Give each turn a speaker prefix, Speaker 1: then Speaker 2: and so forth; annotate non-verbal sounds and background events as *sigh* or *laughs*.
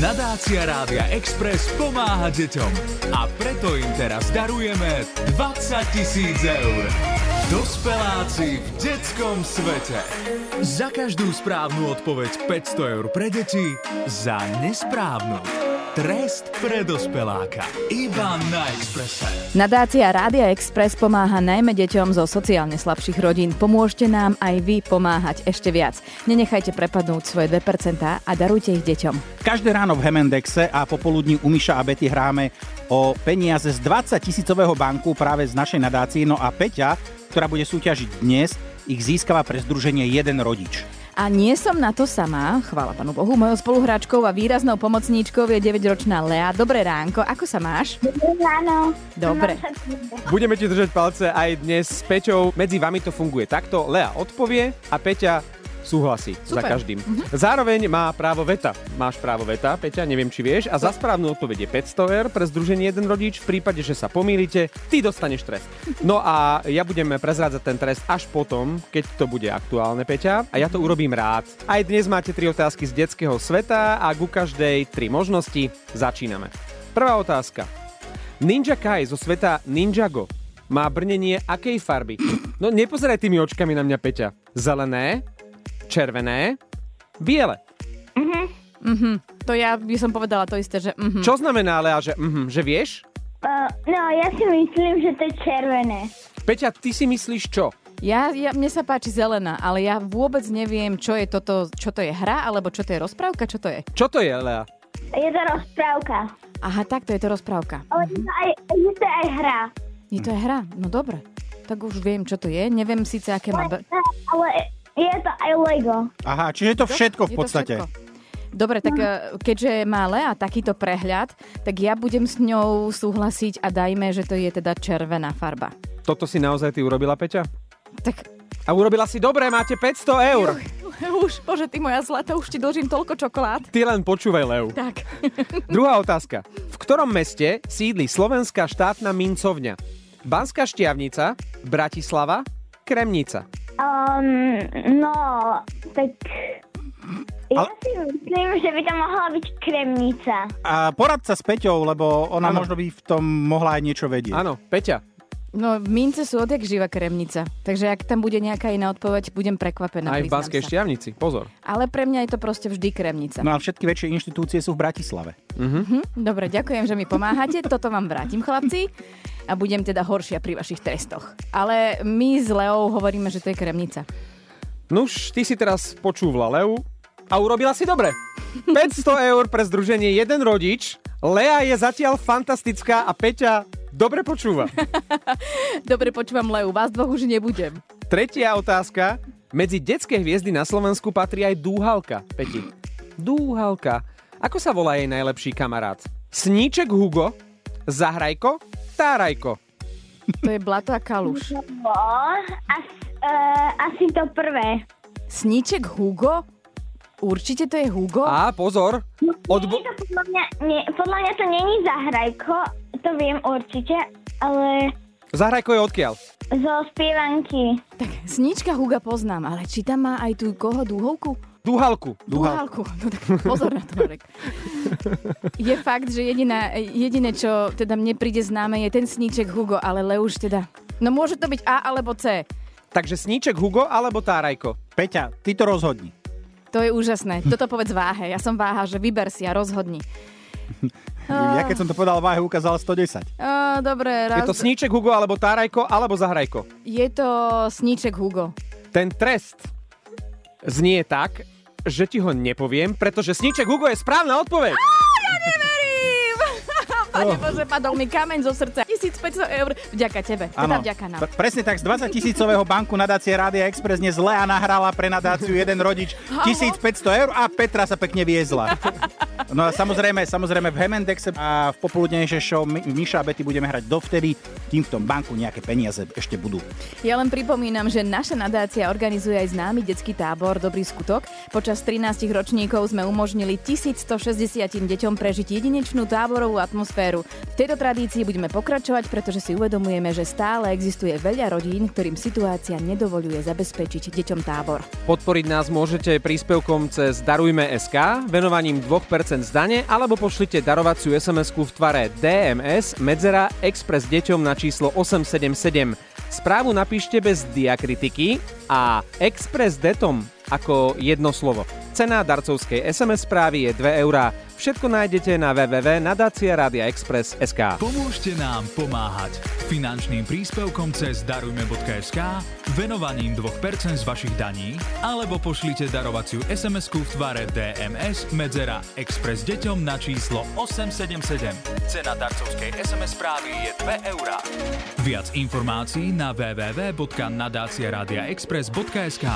Speaker 1: Nadácia Rádia Express pomáha deťom a preto im teraz darujeme 20 tisíc eur. Dospeláci v detskom svete. Za každú správnu odpoveď 500 eur pre deti, za nesprávnu. Trest pre dospeláka. Iba na Expresse.
Speaker 2: Nadácia Rádia Express pomáha najmä deťom zo sociálne slabších rodín. Pomôžte nám aj vy pomáhať ešte viac. Nenechajte prepadnúť svoje 2% a darujte ich deťom.
Speaker 3: Každé ráno v Hemendexe a popoludní u Miša a Betty hráme o peniaze z 20 tisícového banku práve z našej nadácie. No a Peťa, ktorá bude súťažiť dnes, ich získava pre združenie jeden rodič.
Speaker 2: A nie som na to sama, chvála panu Bohu. Mojou spoluhráčkou a výraznou pomocníčkou je 9-ročná Lea. Dobré ránko, ako sa máš?
Speaker 4: Áno. No,
Speaker 2: Dobre.
Speaker 5: Budeme ti držať palce aj dnes s Peťou. Medzi vami to funguje takto. Lea odpovie a Peťa súhlasí
Speaker 2: Super.
Speaker 5: za každým. Zároveň má právo veta. Máš právo veta, Peťa, neviem či vieš. A za správnu odpoveď je 500 eur pre združenie jeden rodič. V prípade, že sa pomýlite, ty dostaneš trest. No a ja budem prezrádzať ten trest až potom, keď to bude aktuálne, Peťa. A ja to urobím rád. Aj dnes máte tri otázky z detského sveta a ku každej tri možnosti. Začíname. Prvá otázka. Ninja Kai zo sveta Ninjago má brnenie akej farby? No nepozeraj tými očkami na mňa, Peťa. Zelené, červené, biele.
Speaker 2: To ja by som povedala to isté, že mhm.
Speaker 5: Čo znamená, Lea, že, mhm, že vieš?
Speaker 4: Uh, no, ja si myslím, že to je červené.
Speaker 5: Peťa, ty si myslíš čo?
Speaker 2: Ja, ja, mne sa páči zelená, ale ja vôbec neviem, čo je toto, čo to je hra, alebo čo to je rozprávka, čo to je.
Speaker 5: Čo to je, Lea?
Speaker 4: Je to rozprávka.
Speaker 2: Aha, takto je to rozprávka.
Speaker 4: Ale je to aj, je to aj hra.
Speaker 2: Je to je hra, no dobre. Tak už viem, čo to je. Neviem síce, aké má... Be-
Speaker 4: Ale je to aj Lego.
Speaker 3: Aha, čiže je to všetko v
Speaker 2: Je to
Speaker 3: podstate.
Speaker 2: všetko. Dobre, tak eh, keďže má Lea takýto prehľad, tak ja budem s ňou súhlasiť a dajme, že to je teda červená farba.
Speaker 5: Toto si naozaj ty urobila, Peťa?
Speaker 2: Tak
Speaker 5: A urobila si dobre, máte 500 eur.
Speaker 2: *laughs* už, bože, ty moja zlata, už ti dlžím toľko čokolád.
Speaker 5: Ty len počúvaj, Leu.
Speaker 2: Tak,
Speaker 5: Druhá otázka. V ktorom meste sídli Slovenská štátna mincovňa? Banská Štiavnica, Bratislava, Kremnica.
Speaker 4: Um, no, tak... Ja
Speaker 3: Ale-
Speaker 4: si myslím, že by to mohla byť kremnica.
Speaker 3: A porad sa s Peťou, lebo ona
Speaker 5: Áno.
Speaker 3: možno by v tom mohla aj niečo vedieť.
Speaker 5: Áno, Peťa,
Speaker 2: *laughs* no v mince sú odjak živa kremnica, takže ak tam bude nejaká iná odpoveď, budem prekvapená.
Speaker 5: aj v
Speaker 2: priznám
Speaker 5: Banskej
Speaker 2: sa.
Speaker 5: Štiavnici, pozor.
Speaker 2: Ale pre mňa je to proste vždy kremnica.
Speaker 3: No a všetky väčšie inštitúcie sú v Bratislave.
Speaker 2: Dobre, ďakujem, že mi pomáhate. Toto vám vrátim, chlapci. A budem teda horšia pri vašich trestoch. Ale my s Leou hovoríme, že to je kremnica.
Speaker 5: Nuž, ty si teraz počúvla Leu a urobila si
Speaker 2: *laughs*
Speaker 5: dobre. 500 eur pre združenie jeden rodič, Lea je zatiaľ fantastická a Peťa dobre
Speaker 2: *laughs*
Speaker 5: počúva.
Speaker 2: Dobre, počúvam Leu, vás dvoch už nebudem.
Speaker 5: Tretia otázka. Medzi detské hviezdy na Slovensku patrí aj dúhalka, Peti. Dúhalka. Ako sa volá jej najlepší kamarát? Sníček Hugo, Zahrajko, Tárajko.
Speaker 2: To je blato a kaluš.
Speaker 4: No, as, uh, asi to prvé.
Speaker 2: Sníček Hugo? Určite to je Hugo? A?
Speaker 5: A pozor,
Speaker 4: Nie,
Speaker 5: odbo-
Speaker 4: to podľa, mňa, nie, podľa mňa to není zahrajko, to viem určite, ale
Speaker 5: Zahrajko je odkiaľ?
Speaker 4: zo spievanky.
Speaker 2: Tak Sníčka Huga poznám, ale či tam má aj tú koho dúhovku?
Speaker 5: Dúhalku.
Speaker 2: Dúhalku. No tak pozor na to, Marek. Je fakt, že jediná, jediné, čo teda mne príde známe, je ten Sníček Hugo, ale Leu už teda... No môže to byť A alebo C.
Speaker 5: Takže Sníček Hugo alebo Tárajko?
Speaker 3: Peťa, ty to rozhodni.
Speaker 2: To je úžasné. Toto povedz váhe. Ja som váha, že vyber si a rozhodni.
Speaker 3: Ja keď som to povedal, váhe ukázal 110.
Speaker 2: Á, dobre, raz...
Speaker 5: Je to Sníček Hugo alebo Tárajko alebo Zahrajko?
Speaker 2: je to Sníček Hugo.
Speaker 5: Ten trest znie tak, že ti ho nepoviem, pretože Sníček Hugo je správna odpoveď. *laughs*
Speaker 2: Neverím! Pane Bože, padol mi kameň zo srdca. 1500 eur vďaka tebe. Teda vďaka nám.
Speaker 3: Pre- Presne tak, z 20 tisícového banku nadácie Rádia Express dnes Lea nahrala pre nadáciu jeden rodič 1500 eur a Petra sa pekne viezla. No a samozrejme, samozrejme v Hemendexe a v popoludnejšej show Mi- Miša a Betty budeme hrať dovtedy, kým v tom banku nejaké peniaze ešte budú.
Speaker 2: Ja len pripomínam, že naša nadácia organizuje aj známy detský tábor Dobrý skutok. Počas 13 ročníkov sme umožnili 1160 deťom prežiť jedinečnú táborovú atmosféru. V tejto tradícii budeme pokračovať, pretože si uvedomujeme, že stále existuje veľa rodín, ktorým situácia nedovoluje zabezpečiť deťom tábor.
Speaker 5: Podporiť nás môžete príspevkom cez Darujme.sk, venovaním 2% z dane, alebo pošlite darovaciu sms v tvare DMS medzera Express deťom na číslo 877. Správu napíšte bez diakritiky a Express detom ako jedno slovo. Cena darcovskej SMS správy je 2 eurá. Všetko nájdete na www.nadaciaradiaexpress.sk.
Speaker 1: Pomôžte nám pomáhať finančným príspevkom cez darujme.sk, venovaním 2% z vašich daní alebo pošlite darovaciu sms v tvare DMS medzera Express deťom na číslo 877. Cena darcovskej SMS správy je 2 eurá. Viac informácií na www.nadaciaradiaexpress.sk.